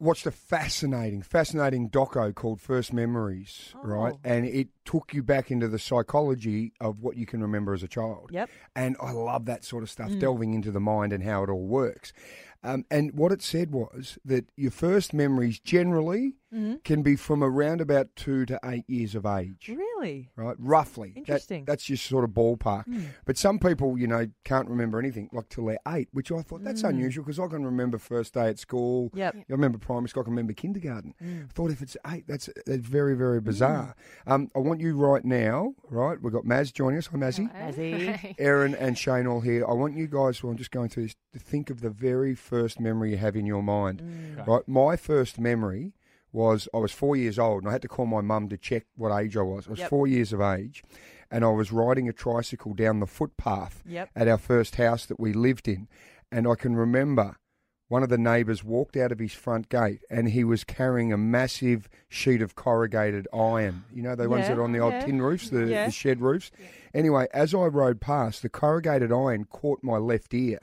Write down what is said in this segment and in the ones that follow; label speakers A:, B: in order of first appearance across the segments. A: watched a fascinating, fascinating doco called First Memories, right?
B: Oh.
A: And it took you back into the psychology of what you can remember as a child.
B: Yep.
A: And I love that sort of stuff,
B: Mm.
A: delving into the mind and how it all works. Um, and what it said was that your first memories generally
B: Mhm.
A: can be from around about two to eight years of age
B: Really?
A: right? Roughly. That-
B: Mm. Interesting.
A: that's your sort of ballpark.
B: Mm.
A: But some people, you know, can't remember anything like till they're eight, which I thought that's
B: Mm.
A: unusual because I can remember first day at school.
B: Yep.
A: I remember primary school. I can remember kindergarten.
B: Mm.
A: I thought if it's eight, that's, that's very, very bizarre. Um, I want you right now, right? We've got Maz joining us. Hi, Mazzy.
B: Mazzy.
A: Aaron and Shane all here. I want you guys, well, I'm just going through this, to think of the very first memory you have in your mind.
B: Mm.
A: Right, my first memory was I was four years old, and I had to call my mum to check what age I was. I was
B: Yep.
A: four years of age, and I was riding a tricycle down the footpath
B: Yep.
A: at our first house that we lived in, and I can remember. One of the neighbours walked out of his front gate and he was carrying a massive sheet of corrugated iron. You know, the ones
B: Yeah,
A: that are on the old
B: yeah.
A: tin roofs, the,
B: Yeah.
A: the shed roofs. Anyway, as I rode past, the corrugated iron caught my left ear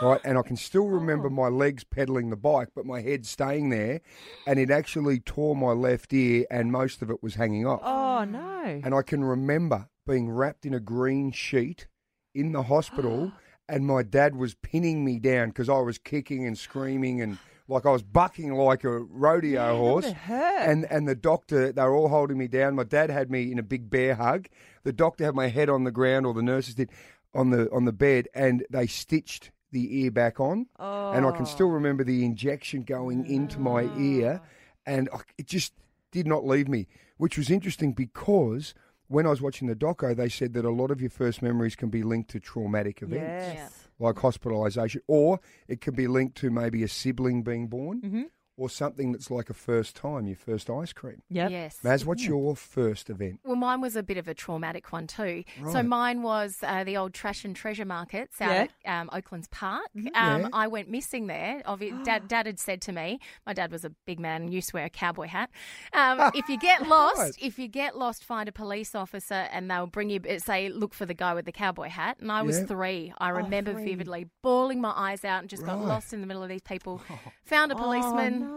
A: right? And I can still remember
B: Oh.
A: my legs pedaling the bike, but my head staying there, and it actually tore my left ear, and most of it was hanging off.
B: Oh no.
A: And I can remember being wrapped in a green sheet in the hospital, and my dad was pinning me down because I was kicking and screaming and like I was bucking like a rodeo horse.
B: It hurt.
A: And and the doctor, they were all holding me down. My dad had me in a big bear hug. The doctor had my head on the ground, or the nurses did, on the on the bed, and they stitched the ear back on.
B: oh.
A: And I can still remember the injection going into my ear, and I, it just did not leave me, which was interesting because. When I was watching the doco, they said that a lot of your first memories can be linked to traumatic events,
B: Yes.
A: like hospitalisation, or it can be linked to maybe a sibling being born
B: Mm-hmm.
A: or something that's like a first time, your first ice cream.
B: Yep.
C: Yes.
A: Maz, what's your first event?
C: Well, mine was a bit of a traumatic one too. So
A: Right.
C: mine was uh, the old trash and treasure markets out
B: Yeah. Mm-hmm.
C: at um, Oakland's Park. Um,
A: Yeah.
C: I went missing there. Obvi- dad, dad had said to me, my dad was a big man, used to wear a cowboy hat. Um, if you get lost,
A: Right.
C: if you get lost, find a police officer and they'll bring you. uh, Say, look for the guy with the cowboy hat. And I was
A: Yeah.
C: three. I remember
B: Oh, three.
C: vividly, bawling my eyes out and just got
A: Right.
C: lost in the middle of these people. Found a
B: Oh,
C: policeman.
B: no.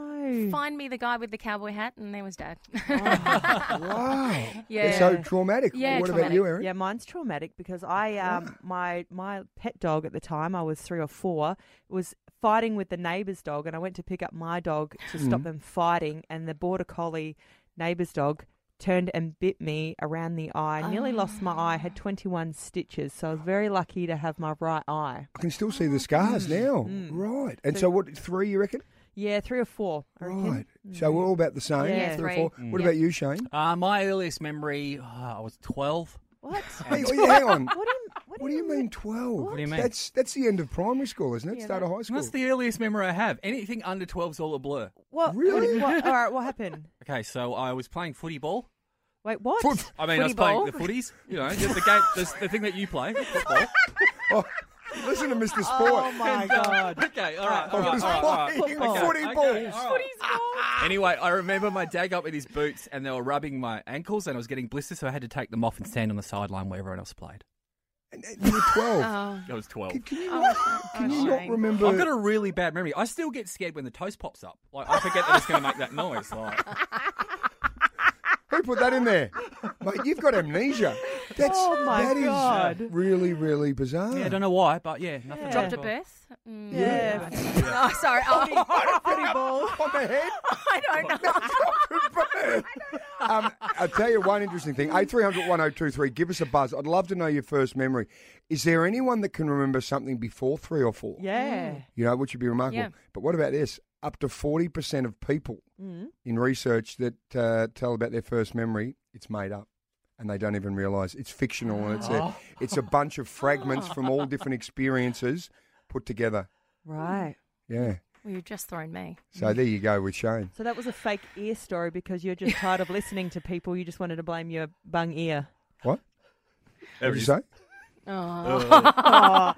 C: Find me the guy with the cowboy hat, and there was dad.
A: Wow.
C: Yeah.
A: So traumatic.
C: Yeah,
A: what about you,
C: traumatic.
A: Erin?
B: Yeah, mine's traumatic because I um my my pet dog at the time I was three or four was fighting with the neighbour's dog, and I went to pick up my dog to
A: Hmm.
B: stop them fighting, and the border collie neighbour's dog turned and bit me around the eye. Nearly lost my eye. Had twenty one stitches, so I was very lucky to have my right eye.
A: I can still see the scars now. Right. And so, what, three, you reckon?
B: Yeah, three or four. I reckon. Hmm.
A: Right. So, we're all about the same.
B: Yeah.
A: three or
C: Three.
A: four. What about you, Shane?
D: Uh, my earliest memory, uh, I was 12.
B: What?
A: Hey, oh, yeah, hang on.
B: What do you What,
A: What do you mean 12?
D: What do you mean?
A: That's, that's the end of primary school, isn't it? Start of high school.
D: That's the earliest memory I have. Anything under 12's all a blur.
B: What?
A: Really?
B: What, what, all right. What happened?
D: Okay, so I was playing footy ball.
B: Wait, what?
D: I mean, I was
C: Footy
D: playing
C: ball?
D: the footies. You know, the, the, game, the, the thing that you play, football.
A: oh, listen to Mr. Sport.
B: Oh my god.
D: uh, Okay, all right, all
A: I
D: right,
A: was
D: all right, all right.
A: playing
D: Okay,
A: footy
D: okay,
A: balls.
D: all right. Anyway, I remember my dad got me these boots and they were rubbing my ankles and I was getting blisters, so I had to take them off and stand on the sideline where everyone else played.
A: And- and You were 12.
C: Oh.
D: I was 12.
A: Can, can you,
C: Oh,
A: not,
C: oh,
A: can you not
C: Shane.
A: remember?
D: I've got a really bad memory. I still get scared when the toast pops up. Like I forget that it's going to make that noise. Like,
A: Who put that in there? Mate, you've got amnesia. That's,
B: Oh, my
A: that is
B: God.
A: really, really bizarre.
D: yeah, I don't know why, but yeah, nothing.
B: Yeah.
C: Dropped at birth? Mm.
B: Yeah.
C: Oh, sorry. I, mean,
B: Pretty ball.
A: On the head?
C: I don't know.
A: um, I'll tell you one interesting thing. 8300 1023, give us a buzz. I'd love to know your first memory. Is there anyone that can remember something before three or
D: Hmm.
A: four?
B: Yeah.
A: You know, which would be remarkable.
C: Yeah.
A: But what about this? Up to 40% of people
B: Mm.
A: in research that uh, tell about their first memory, it's made up. And they don't even realise it's fictional, and it's
C: Oh.
A: a, it's a bunch of fragments from all different experiences put together.
B: Right.
A: Yeah.
C: Well, you've just thrown me.
A: So there you go with Shane.
B: So that was a fake ear story because you're just tired of listening to people. You just wanted to blame your bung ear.
A: What? What did you say?
C: Oh.
B: Oh,